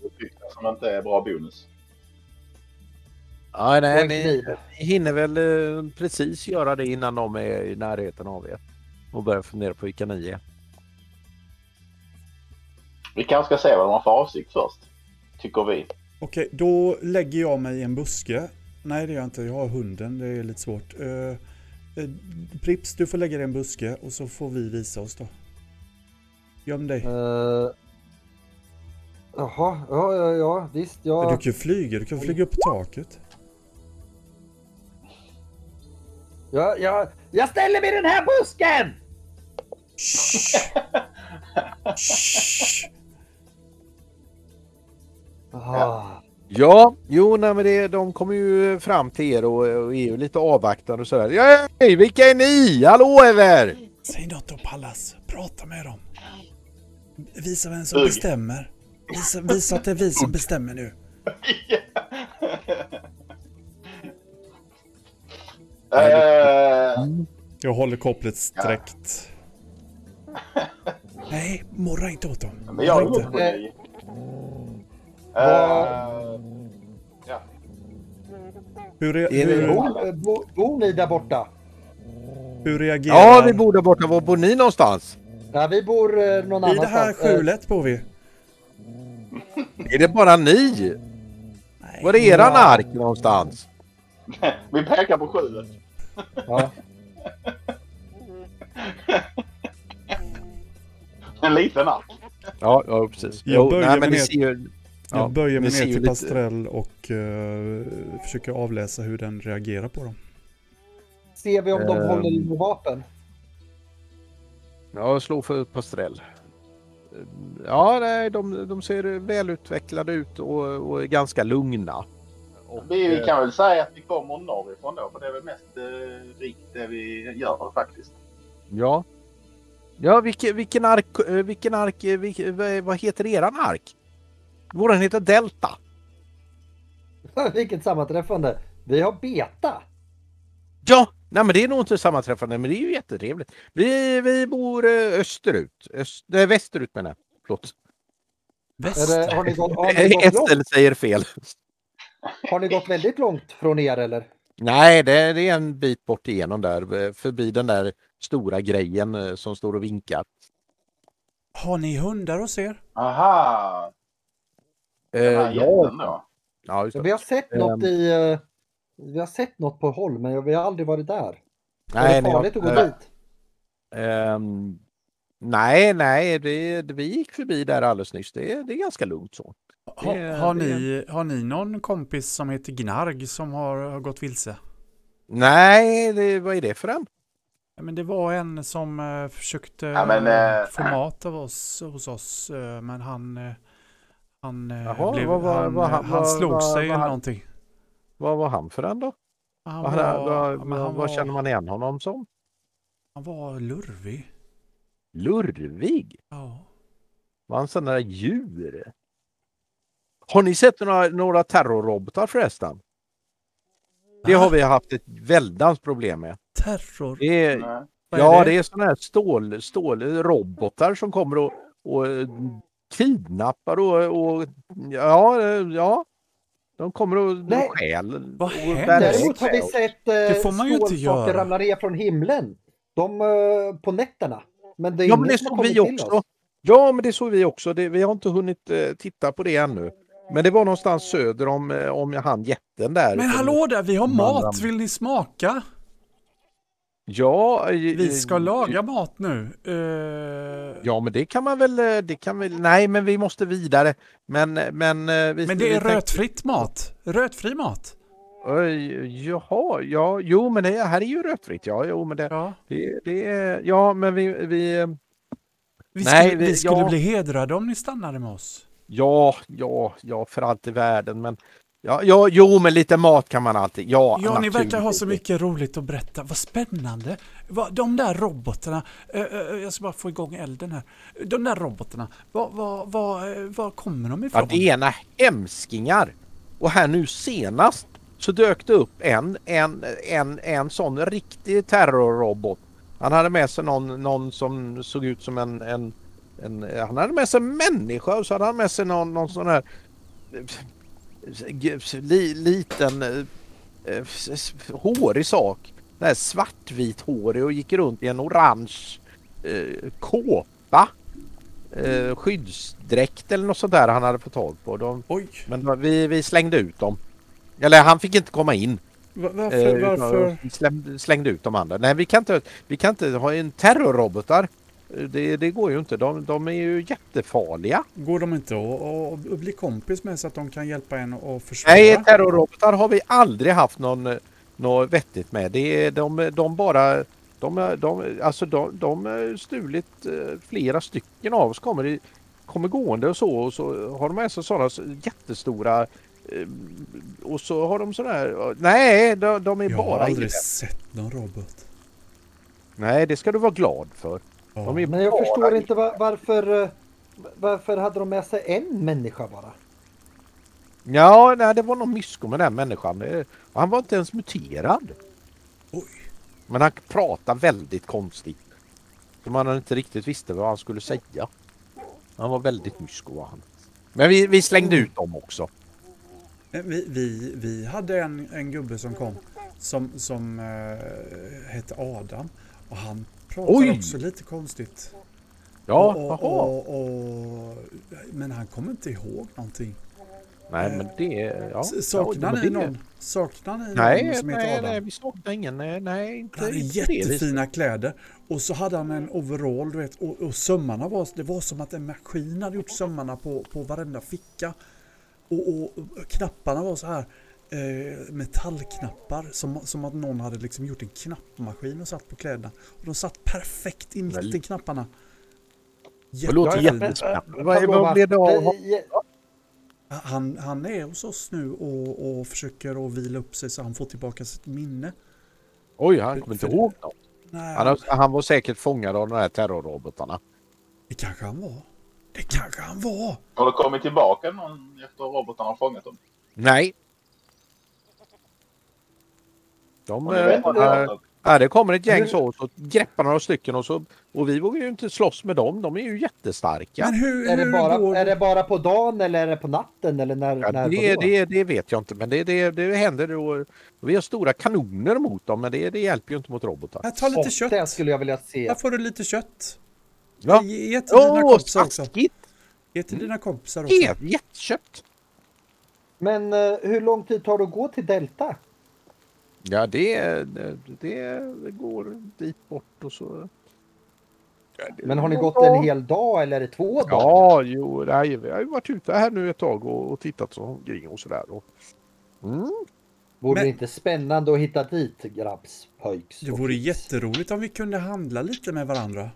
Speaker 2: Uppbyggda Som inte är bra bonus.
Speaker 1: Ja,
Speaker 3: Och
Speaker 1: nej,
Speaker 3: en
Speaker 1: ni,
Speaker 3: kniv.
Speaker 1: ni hinner väl eh, precis göra det innan de är i närheten av er och börjar fundera på vilka ni är.
Speaker 2: Vi kanske ska se vad de har för avsikt först. Tycker vi.
Speaker 5: Okej, då lägger jag mig i en buske. Nej, det gör jag inte. Jag har hunden. Det är lite svårt. Uh, Prips, du får lägga dig i en buske och så får vi visa oss då. Göm dig.
Speaker 3: Eh, Jaha, ja, ja, ja, visst.
Speaker 5: Men Du
Speaker 3: Jag,
Speaker 5: kan ju flyga. Du kan flyga upp i taket.
Speaker 3: jag, jag, jag ställer mig i den här busken!
Speaker 5: Shh. Shh.
Speaker 3: Ah,
Speaker 1: Ja, jo, nej, men det, de kommer ju fram till er och, och är ju lite avvaktande och sådär. Ja, hej, vilka är ni? Hallå eller?
Speaker 5: Säg något om Pallas. Prata med dem. Visa vem som
Speaker 2: Bugg.
Speaker 5: bestämmer. Visa, visa att det är vi som bestämmer nu.
Speaker 1: Mm.
Speaker 2: Eh,
Speaker 5: Jag håller kopplet sträckt. Nej, morra inte åt dem.
Speaker 2: men jag
Speaker 5: Morra
Speaker 1: Mm.
Speaker 2: är ihop
Speaker 5: inte.
Speaker 2: med dig.
Speaker 3: Vad-
Speaker 2: Eh, ja.
Speaker 5: Hur, re-
Speaker 1: Är det
Speaker 5: hur,
Speaker 1: ihop?
Speaker 3: bor, eh, bo, bor ni där borta?
Speaker 5: hur reagerar...
Speaker 1: Ja, vi bor där borta. Var bor ni någonstans?
Speaker 3: Nej, vi bor eh, någon
Speaker 5: I det här
Speaker 3: annanstans. Eh,
Speaker 5: skjulet bor vi.
Speaker 1: Är det bara ni?
Speaker 5: Nej.
Speaker 1: Var är eran ark någonstans?
Speaker 2: Eh, Vi pekar på skjulet.
Speaker 3: ja.
Speaker 2: En liten ark.
Speaker 1: Ja, ja precis.
Speaker 5: Jag böjer mig ner.
Speaker 1: ju... ja,
Speaker 5: Jag böjer mig
Speaker 1: ni ser
Speaker 5: ner
Speaker 1: ju
Speaker 5: till
Speaker 1: lite-
Speaker 5: Pastrell och eh, försöker avläsa hur den reagerar på dem.
Speaker 3: Ser vi om de
Speaker 1: Ehm.
Speaker 3: håller i med vapen?
Speaker 1: Ja, slå för Pastrell. Ja, nej, de, de ser välutvecklade ut och, och är ganska lugna. Och,
Speaker 2: Vi, vi
Speaker 1: eh,
Speaker 2: kan väl säga att vi kommer norrifrån då, för det är väl mest eh, rikt det vi gör faktiskt.
Speaker 1: Ja. Ja, vilken, vilken ark, eh, vilken ark, eh, vilk, vad- vad heter eran ark? Våran heter Delta.
Speaker 3: Vilket sammanträffande! Vi har beta!
Speaker 1: Ja, nej men det är nog inte sammanträffande, men det är ju jättetrevligt. Vi, vi bor eh, österut, Öst, nej, västerut menar jag. Förlåt.
Speaker 3: Är det, har, ni gått, har, ni gått
Speaker 1: Ett
Speaker 3: långt,
Speaker 1: ställe säger fel.
Speaker 3: har ni gått väldigt långt från er eller?
Speaker 1: Nej, det, det är en bit bort igenom där, eh, förbi den där stora grejen eh, som står och vinkar.
Speaker 5: Har ni hundar hos er?
Speaker 2: Aha!
Speaker 1: Eh,
Speaker 2: Den
Speaker 1: ja,
Speaker 2: här jätten då.
Speaker 1: ja, just
Speaker 3: Ja,
Speaker 1: det.
Speaker 3: vi har sett
Speaker 1: Ehm.
Speaker 3: något i... eh, Vi har sett något på håll men vi har aldrig varit där. är
Speaker 1: Nej,
Speaker 3: det
Speaker 1: nej,
Speaker 3: farligt att gå
Speaker 1: eh,
Speaker 3: dit?
Speaker 1: Ehm, nej, nej, det, det, vi gick förbi där alldeles nyss. Det, det är ganska lugnt så.
Speaker 5: Ha,
Speaker 1: Det-
Speaker 5: har,
Speaker 1: det-
Speaker 5: ni, har ni någon kompis som heter Gnarg som har, har gått vilse?
Speaker 1: Nej, det, vad är det för en?
Speaker 5: Ja, Men det var en som eh, försökte
Speaker 2: Ja, men, eh,
Speaker 5: eh, få mat av oss, hos oss, eh, men han... eh, Han, eh,
Speaker 1: Jaha,
Speaker 5: blev,
Speaker 1: vad var-
Speaker 5: han,
Speaker 1: vad
Speaker 5: eh,
Speaker 1: han-
Speaker 5: han
Speaker 1: vad-
Speaker 5: slog
Speaker 1: vad-
Speaker 5: sig
Speaker 1: vad
Speaker 5: eller
Speaker 1: han-
Speaker 5: någonting.
Speaker 1: Vad var han för en då?
Speaker 5: Han
Speaker 1: Vad-
Speaker 5: var,
Speaker 1: vad-
Speaker 5: ja, men
Speaker 1: vad-
Speaker 5: han
Speaker 1: vad
Speaker 5: var,
Speaker 1: känner man igen honom som?
Speaker 5: han var lurvig.
Speaker 1: Lurvig?
Speaker 5: Ja.
Speaker 1: Var han sån där djur? Har ni sett några, några terrorrobotar förresten? Det har vi haft ett väldans problem med.
Speaker 5: Terror.
Speaker 1: Det är,
Speaker 2: Nej.
Speaker 5: Vad är
Speaker 1: Ja,
Speaker 5: det?
Speaker 1: det är sådana här stål, stålrobotar som kommer och, och eh, kidnappar och, och ja, eh, ja. De kommer och,
Speaker 3: Nej.
Speaker 1: och stjäl.
Speaker 5: Vad
Speaker 1: och
Speaker 5: händer?
Speaker 1: bär iväg.
Speaker 3: Däremot har vi sett eh,
Speaker 5: Det får man ju inte
Speaker 3: stålsaker
Speaker 5: göra.
Speaker 3: ramla ner från himlen. De eh, på nätterna. Men det är
Speaker 1: Ja, men det
Speaker 3: ingen som har
Speaker 1: såg vi
Speaker 3: kommit till
Speaker 1: också.
Speaker 3: oss.
Speaker 1: Ja, men det såg vi också. Det, vi har inte hunnit eh, titta på det ännu. Men det var någonstans söder om, eh, om han jätten där.
Speaker 5: Men hallå där, vi har
Speaker 1: Man
Speaker 5: mat,
Speaker 1: ramlar.
Speaker 5: vill ni smaka?
Speaker 1: Ja, eh,
Speaker 5: Vi ska
Speaker 1: eh,
Speaker 5: laga mat nu. Eh,
Speaker 1: Ja, men det kan man väl. eh, Det kan väl nej, men vi måste vidare. Men, men, eh, vi,
Speaker 5: Men det är
Speaker 1: vi tänkte-
Speaker 5: rötfritt mat. Rötfri mat.
Speaker 1: Oj, jaha, ja, jo men det här är ju rökfritt. Ja, jo men det,
Speaker 5: Ja.
Speaker 1: det, det är, ja men vi, vi,
Speaker 5: Vi
Speaker 1: Nej,
Speaker 5: skulle,
Speaker 1: vi-
Speaker 5: vi skulle
Speaker 1: ja.
Speaker 5: bli hedrade om ni stannade med oss.
Speaker 1: ja, ja, ja för allt i världen men, ja, ja jo men lite mat kan man alltid, ja.
Speaker 5: Ja, ni verkar ha så
Speaker 1: naturligtvis.
Speaker 5: mycket roligt att berätta. Vad spännande. Vad- De där robotarna, eh, eh, jag ska bara få igång elden här. De där robotarna, var, var, var, eh, var kommer de
Speaker 1: Ja,
Speaker 5: ifrån?
Speaker 1: det ena hemskingar. Och här nu senast så dök det upp en, en, en, en sån riktig terrorrobot. Han hade med sig någon, någon som såg ut som en, en, en... Han hade med sig en människa och så hade han med sig någon, någon sån här eh, g- li, liten eh, eh, s- s- hårig sak. Den här svartvit hårig och gick runt i en orange eh, kåpa. Eh, skyddsdräkt eller något sånt där han hade fått tag på. De,
Speaker 5: Oj!
Speaker 1: men då- vi, vi slängde ut dem. Eller han fick inte komma in.
Speaker 5: Va-
Speaker 1: Eh,
Speaker 5: Varför?
Speaker 1: utan
Speaker 5: varför?
Speaker 1: vi släm- slängde ut de andra. Nej, vi kan inte, vi kan inte ha en terrorrobotar. Eh, Det, det går ju inte. De, de är ju jättefarliga.
Speaker 5: Går de inte att- att att bli kompis med så att de kan hjälpa en att försvara?
Speaker 1: Nej, terrorrobotar har vi aldrig haft någon, eh, något vettigt med. Det är, de, de bara... De, de, alltså de, de har stulit eh, flera stycken av oss. Kommer, i, kommer gående och så och så har de med sig sådana jättestora... eh, Och så har de sådana här... Nej, de, de är
Speaker 5: Jag har
Speaker 1: bara...
Speaker 5: aldrig
Speaker 1: elände.
Speaker 5: sett någon robot.
Speaker 1: Nej, det ska du vara glad för.
Speaker 5: Ja.
Speaker 1: De är
Speaker 3: Men jag
Speaker 1: bara
Speaker 3: förstår inte va- varför... eh, Varför hade de med sig en människa bara?
Speaker 1: Ja, nej, det var någon mysko med den här människan. Det- Han var inte ens muterad.
Speaker 5: Oj.
Speaker 1: Men han pratade väldigt konstigt. Så man inte riktigt visste vad han skulle säga. Han var väldigt mysko var han. Men vi, vi slängde ut dem också.
Speaker 5: Eh, Vi, vi, vi hade en, en gubbe som kom som, som eh, hette Adam och han pratade
Speaker 1: Oj!
Speaker 5: också lite konstigt.
Speaker 1: Ja,
Speaker 5: och,
Speaker 1: jaha.
Speaker 5: och, och, Men han kom inte ihåg någonting.
Speaker 1: Nej, men det... Ja.
Speaker 5: S- Saknar
Speaker 1: ja, men
Speaker 5: ni
Speaker 1: det-
Speaker 5: någon? Saknar ni någon
Speaker 1: Nej,
Speaker 5: som heter
Speaker 1: nej,
Speaker 5: Adam?
Speaker 1: nej, vi saknar ingen. Nej, nej inte
Speaker 5: Han hade
Speaker 1: inte det viset.
Speaker 5: jättefina kläder och så hade han en overall du vet och, och sömmarna var, det var som att en maskin hade gjort sömmarna på, på varenda ficka. Och, och, och knapparna var så här eh, metallknappar som, som att någon hade liksom gjort en knappmaskin och satt på kläderna. Och de satt perfekt i mitten
Speaker 1: Väl-
Speaker 5: knapparna.
Speaker 1: Det låter
Speaker 5: Jättefint.
Speaker 1: jättespännande. Vad, vad blev det av honom?
Speaker 3: Eh,
Speaker 5: Han, han är hos oss nu och, och försöker att vila upp sig så han får tillbaka sitt minne.
Speaker 1: Oj, han kommer inte
Speaker 5: För-
Speaker 1: ihåg något.
Speaker 5: Nej,
Speaker 1: Han, han var säkert fångad av de här terrorrobotarna.
Speaker 5: Det kanske han var. Det kanske han var.
Speaker 2: Har det kommit tillbaka någon efter robotarna har fångat dem?
Speaker 1: Nej. De,
Speaker 2: Har ni vet vad det
Speaker 1: äh,
Speaker 2: är? alltså?
Speaker 1: ja, det kommer ett gäng så, så greppar några stycken och så och vi vågar ju inte slåss med dem. De är ju jättestarka.
Speaker 5: Men hur,
Speaker 3: Är
Speaker 5: hur
Speaker 3: det, bara,
Speaker 5: går
Speaker 3: är det bara på dagen eller är det på natten eller när,
Speaker 1: Ja,
Speaker 3: när på
Speaker 1: det,
Speaker 3: dagen?
Speaker 1: det, det vet jag inte, men det, det, det händer. Då, vi har stora kanoner mot dem, men det, det hjälper ju inte mot robotar.
Speaker 5: Här, ta lite
Speaker 3: Och Det
Speaker 5: kött.
Speaker 3: skulle jag vilja se.
Speaker 5: Här får du lite kött.
Speaker 1: Ja.
Speaker 5: Ge, ge till dina
Speaker 1: Åh,
Speaker 5: kompisar också.
Speaker 1: taskigt!
Speaker 5: Ge till dina kompisar också.
Speaker 1: Get- Jättekött!
Speaker 3: Men eh, hur lång tid tar det att gå till Delta?
Speaker 1: Ja, det, det, det går dit bort och så... Ja, det-
Speaker 3: Men har ni gått en hel dag eller är det två dagar?
Speaker 1: Ja, jo, nej, vi har ju varit ute här nu ett tag och, och tittat så omkring och sådär. Och, mm.
Speaker 3: Vore
Speaker 5: Men-
Speaker 3: det inte spännande att hitta dit, grabbs, pöjks?
Speaker 5: Det
Speaker 3: och
Speaker 5: vore
Speaker 3: kids?
Speaker 5: jätteroligt om vi kunde handla lite med varandra.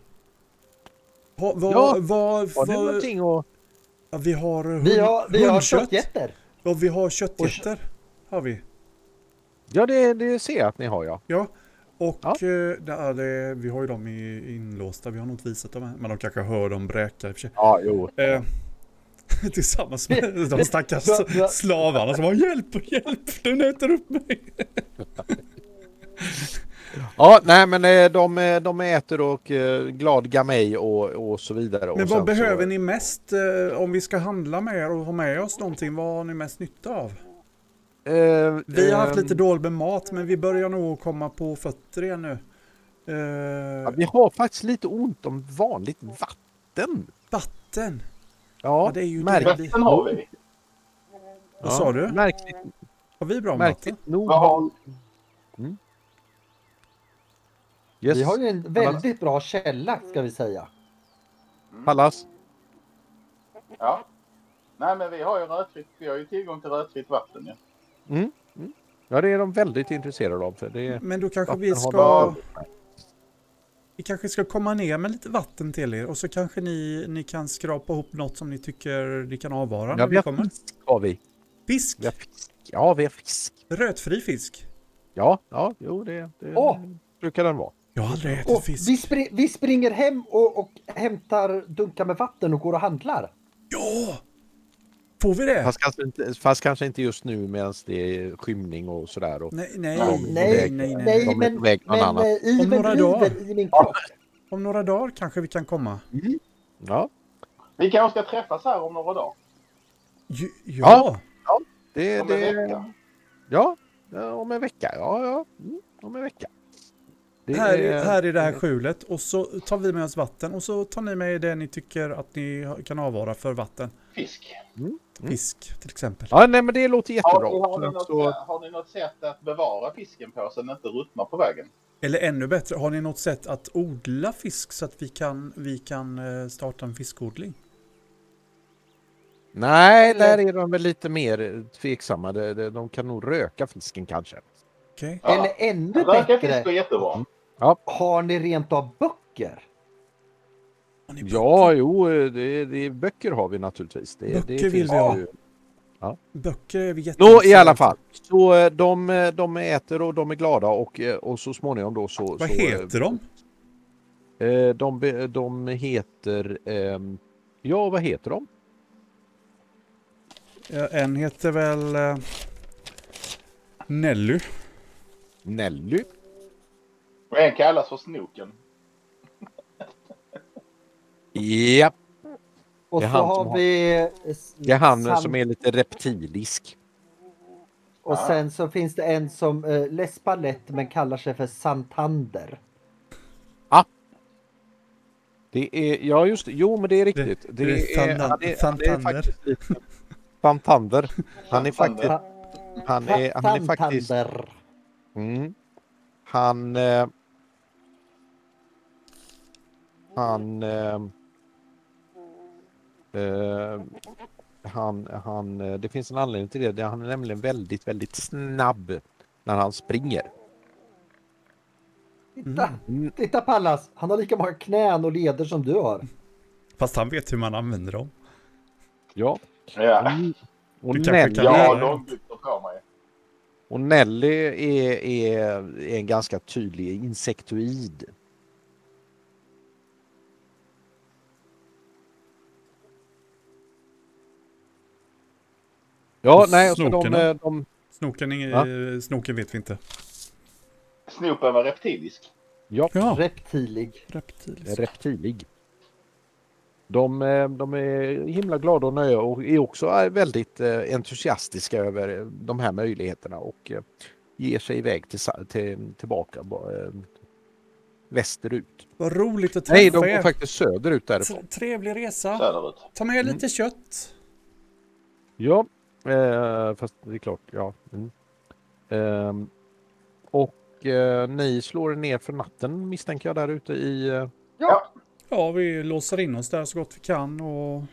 Speaker 5: Ha, vad,
Speaker 1: Ja,
Speaker 5: vad,
Speaker 1: Har
Speaker 5: vad,
Speaker 1: du någonting att...
Speaker 5: ja, vi har eh, hund,
Speaker 3: Vi har, vi har
Speaker 5: hundkött.
Speaker 3: köttjätter.
Speaker 5: Ja, vi har köttjätter. Har vi.
Speaker 1: Ja, det, det ser jag att ni har ja.
Speaker 5: Ja. Och
Speaker 1: Ja.
Speaker 5: eh, det är det, vi har ju dem i- inlåsta. Vi har nog inte visat dem än. Men de kanske hör dem bräka i och för sig.
Speaker 1: Ja, jo.
Speaker 5: Eh, tillsammans med de stackars
Speaker 3: Va- va-
Speaker 5: slavarna som var hjälp, hjälp, den äter upp mig.
Speaker 1: Ja, nej men eh, de, eh, de äter och eh, gladgar mig och, och så vidare. och
Speaker 5: Men
Speaker 1: sen
Speaker 5: vad behöver
Speaker 1: så,
Speaker 5: ni mest eh, om vi ska handla med er och ha med oss någonting? Vad har ni mest nytta av?
Speaker 1: Eh,
Speaker 5: Vi har haft
Speaker 1: ehm,
Speaker 5: lite dåligt med mat, men vi börjar nog att komma på fötter igen nu.
Speaker 1: ja,
Speaker 5: Eh,
Speaker 1: Vi har faktiskt lite ont om vanligt vatten.
Speaker 5: vatten,
Speaker 1: Ja,
Speaker 5: Ja, det är ju
Speaker 1: märk-
Speaker 5: det.
Speaker 2: Resten har vi.
Speaker 5: vad sa du?
Speaker 1: Märkligt,
Speaker 5: har vi bra vatten?
Speaker 1: märkligt nog.
Speaker 2: Vad har
Speaker 1: Yes,
Speaker 3: Vi har ju en väldigt bra källa, ska vi säga.
Speaker 1: Pallas.
Speaker 2: Ja. Nej, men vi har ju rödfritt. Vi har ju tillgång till rödfritt vatten. Ja.
Speaker 1: Ja, det är de väldigt intresserade av. För det är...
Speaker 5: Men då kanske vi
Speaker 1: vatten har
Speaker 5: ska...
Speaker 1: de-
Speaker 5: Vi kanske ska komma ner med lite vatten till er och så kanske ni, ni kan skrapa ihop något som ni tycker ni kan avvara
Speaker 1: Ja,
Speaker 5: när
Speaker 1: vi
Speaker 5: vi
Speaker 1: har
Speaker 5: kommer.
Speaker 1: fisk har vi.
Speaker 5: Fisk!
Speaker 1: Vi har fisk. Ja, vi har fisk.
Speaker 5: Rötfri fisk.
Speaker 1: Ja, ja, jo det, det
Speaker 3: Åh!
Speaker 1: brukar den vara.
Speaker 5: Jag har aldrig ätit
Speaker 3: Och
Speaker 5: fisk.
Speaker 3: vi, spri- vi springer hem och, och hämtar dunkar med vatten och går och handlar.
Speaker 5: Ja! Får vi det?
Speaker 1: Fast kanske inte, fast kanske inte just nu medan det är skymning och sådär. Och
Speaker 5: Nej, nej,
Speaker 1: Ja,
Speaker 5: nej,
Speaker 1: men-
Speaker 5: nej, nej,
Speaker 1: De är
Speaker 3: nej men,
Speaker 1: på väg någon
Speaker 3: men
Speaker 1: annan.
Speaker 3: eh,
Speaker 5: Om några
Speaker 3: ivern
Speaker 5: dagar.
Speaker 3: driver i min kropp.
Speaker 5: Om några dagar kanske vi kan komma.
Speaker 1: ja,
Speaker 2: Vi kanske ska träffas här om några dagar.
Speaker 5: Ju-
Speaker 1: Ja.
Speaker 5: Ja!
Speaker 1: det,
Speaker 2: Om en
Speaker 1: det,
Speaker 2: vecka.
Speaker 1: ja, Ja, om en vecka, ja, ja. Mm, om en vecka. Det
Speaker 5: här,
Speaker 1: är-
Speaker 5: är, här är det här skjulet och så tar vi med oss vatten och så tar ni med det ni tycker att ni har- kan avvara för vatten.
Speaker 2: Fisk.
Speaker 1: Mm.
Speaker 5: Fisk till exempel.
Speaker 1: Ja, nej, men det låter
Speaker 2: Har,
Speaker 1: jättebra.
Speaker 2: har, ni
Speaker 1: Så-
Speaker 2: något, har ni något sätt att bevara fisken på så den inte ruttnar på vägen?
Speaker 5: Eller ännu bättre, har ni något sätt att odla fisk så att vi kan, vi kan eh, starta en fiskodling?
Speaker 1: Nej, där är de väl lite mer tveksamma. De, de, de kan nog röka fisken kanske.
Speaker 5: Okej?
Speaker 2: Ja.
Speaker 3: Eller ännu
Speaker 2: Röka fisk går
Speaker 3: bättre,
Speaker 2: jättebra.
Speaker 3: har ni rent av böcker?
Speaker 5: Har ni
Speaker 1: Ja, jo, det, det, böcker har vi naturligtvis. Det, det
Speaker 5: Böcker
Speaker 1: finns
Speaker 5: vill vi ha.
Speaker 1: ju.
Speaker 5: Böcker är
Speaker 1: Nå,
Speaker 5: vi
Speaker 1: i
Speaker 5: jätteintresserade
Speaker 1: alla
Speaker 5: av.
Speaker 1: fall. Så eh, de, eh, de äter och de är glada och, eh, och så småningom då så...
Speaker 5: Vad
Speaker 1: så, eh,
Speaker 5: heter de?
Speaker 1: eh, De, be- de heter... ehm, Ja, vad heter de?
Speaker 5: Ja, En heter väl eh, Nelly.
Speaker 1: Nelly.
Speaker 2: Och en kallas för snoken.
Speaker 1: Ja,
Speaker 3: Och
Speaker 1: Det
Speaker 3: så
Speaker 1: är han som
Speaker 3: har
Speaker 1: har-
Speaker 3: vi... eh,
Speaker 1: det är han
Speaker 3: Sam-
Speaker 1: som är lite reptilisk.
Speaker 3: Och sen så finns det en som eh, läspar lätt men kallar sig för Santander.
Speaker 1: Det är, ja, just det. Jo, men det är riktigt.
Speaker 5: Det- det är
Speaker 1: han
Speaker 5: Fandan-
Speaker 1: är- han är
Speaker 5: Fantander.
Speaker 1: faktiskt lite- Fantander. Han är faktiskt...
Speaker 3: Ta-
Speaker 1: Han är, han är faktiskt...
Speaker 3: Santander.
Speaker 1: Mm. Han... Eh, han... Eh, eh, han, han, eh, det finns en anledning till det. Det- Han är nämligen väldigt, väldigt snabb när han springer.
Speaker 3: Titta,
Speaker 5: Mhm.
Speaker 1: Mm.
Speaker 3: titta Pallas, han har lika många knän och leder som du har.
Speaker 5: Fast han vet hur man använder dem.
Speaker 1: Ja.
Speaker 2: Ja,
Speaker 1: Mm. Och,
Speaker 5: Du kanske
Speaker 1: Nelly,
Speaker 5: kan-
Speaker 2: jag har
Speaker 5: Ja.
Speaker 2: långbyxor på mig.
Speaker 1: och Nelly är, är, är en ganska tydlig insektoid. Ja,
Speaker 5: Och
Speaker 1: nej, och så de,
Speaker 5: snokarna.
Speaker 1: eh, de,
Speaker 5: Snoken, är- snoken vet vi inte.
Speaker 2: Snopen var reptilisk.
Speaker 1: Ja,
Speaker 5: Ja,
Speaker 3: Reptilig.
Speaker 5: reptilis.
Speaker 1: reptilig. De, eh, de är himla glada och nöjda och är också eh, väldigt eh, entusiastiska över eh, de här möjligheterna och eh, ger sig iväg till, sa- till, tillbaka eh, västerut.
Speaker 5: Vad roligt att träffa
Speaker 1: Nej, de går
Speaker 5: er.
Speaker 1: faktiskt söderut därifrån.
Speaker 5: Tre- Trevlig resa.
Speaker 2: Söderut.
Speaker 5: Ta med lite kött.
Speaker 1: Ja, eh, fast det är klart, ja. Mm. Ehm, och eh, ni slår er ner för natten misstänker jag där ute i... Eh,
Speaker 3: Ja,
Speaker 5: Ja, vi låser in oss där så gott vi kan och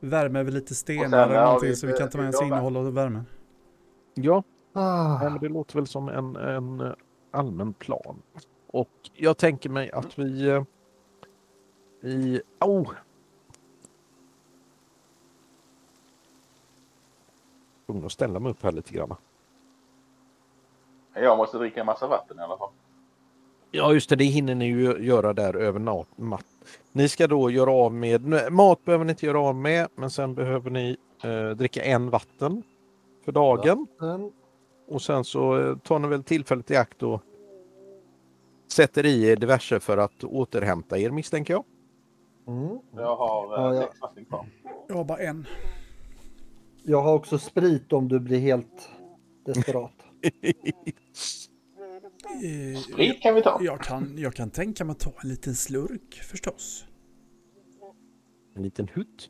Speaker 5: värmer väl lite
Speaker 2: Och sen
Speaker 5: stenar eller
Speaker 2: har
Speaker 5: någonting
Speaker 2: vi-
Speaker 5: så vi kan ta med oss
Speaker 2: vi lovar.
Speaker 5: innehåll och värme.
Speaker 1: ja, Nej,
Speaker 3: ah,
Speaker 1: men det låter väl som en, en eh, allmän plan. Och jag tänker mig att vi... eh, I... Oh! Tvungen att ställa mig upp här lite grann.
Speaker 2: Jag måste dricka en massa vatten i alla fall.
Speaker 1: Ja, just det. Det hinner ni ju göra där över nat- natt. Ni ska då göra av med... nu- Mat behöver ni inte göra av med, men sen behöver ni eh, dricka en vatten för dagen.
Speaker 3: den-
Speaker 1: Och sen så eh, tar ni väl tillfället i akt och sätter i er diverse för att återhämta er misstänker jag.
Speaker 3: mm.
Speaker 2: Jag har eh,
Speaker 3: Ja, ja.
Speaker 2: sex vatten kvar.
Speaker 5: Jag har bara en.
Speaker 3: Jag har också sprit om du blir helt desperat.
Speaker 5: Eh,
Speaker 2: Sprit kan vi ta.
Speaker 5: Jag kan, jag kan tänka mig att ta en liten slurk förstås.
Speaker 1: En liten hutt.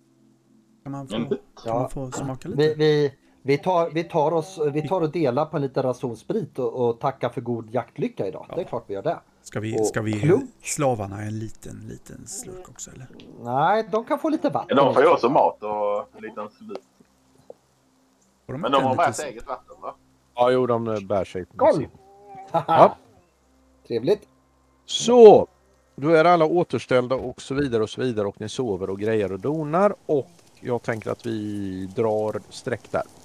Speaker 5: Kan man
Speaker 2: En
Speaker 5: få,
Speaker 2: hutt.
Speaker 5: kan man få smaka
Speaker 3: Vi,
Speaker 5: lite?
Speaker 3: vi, vi, tar, vi, tar oss, vi tar och delar på en liten ranson sprit och, och tackar för god jaktlycka idag. Det är klart vi gör det.
Speaker 5: Ska vi, ska vi ge
Speaker 3: Klunk.
Speaker 5: slavarna en liten, liten slurk också eller?
Speaker 3: Nej, de kan få lite vatten.
Speaker 2: De får ju också mat och en liten slut.
Speaker 5: Får de
Speaker 2: Men
Speaker 5: inte
Speaker 2: de
Speaker 5: en
Speaker 2: har
Speaker 5: liten
Speaker 2: med sig
Speaker 5: slurk?
Speaker 2: eget vatten va?
Speaker 1: Ja, jo, de eh, bär sig.
Speaker 3: Skål!
Speaker 1: Ja.
Speaker 3: Trevligt.
Speaker 1: Så! Då är alla återställda och så vidare och så vidare och ni sover och grejer och donar och jag tänker att vi drar streck där.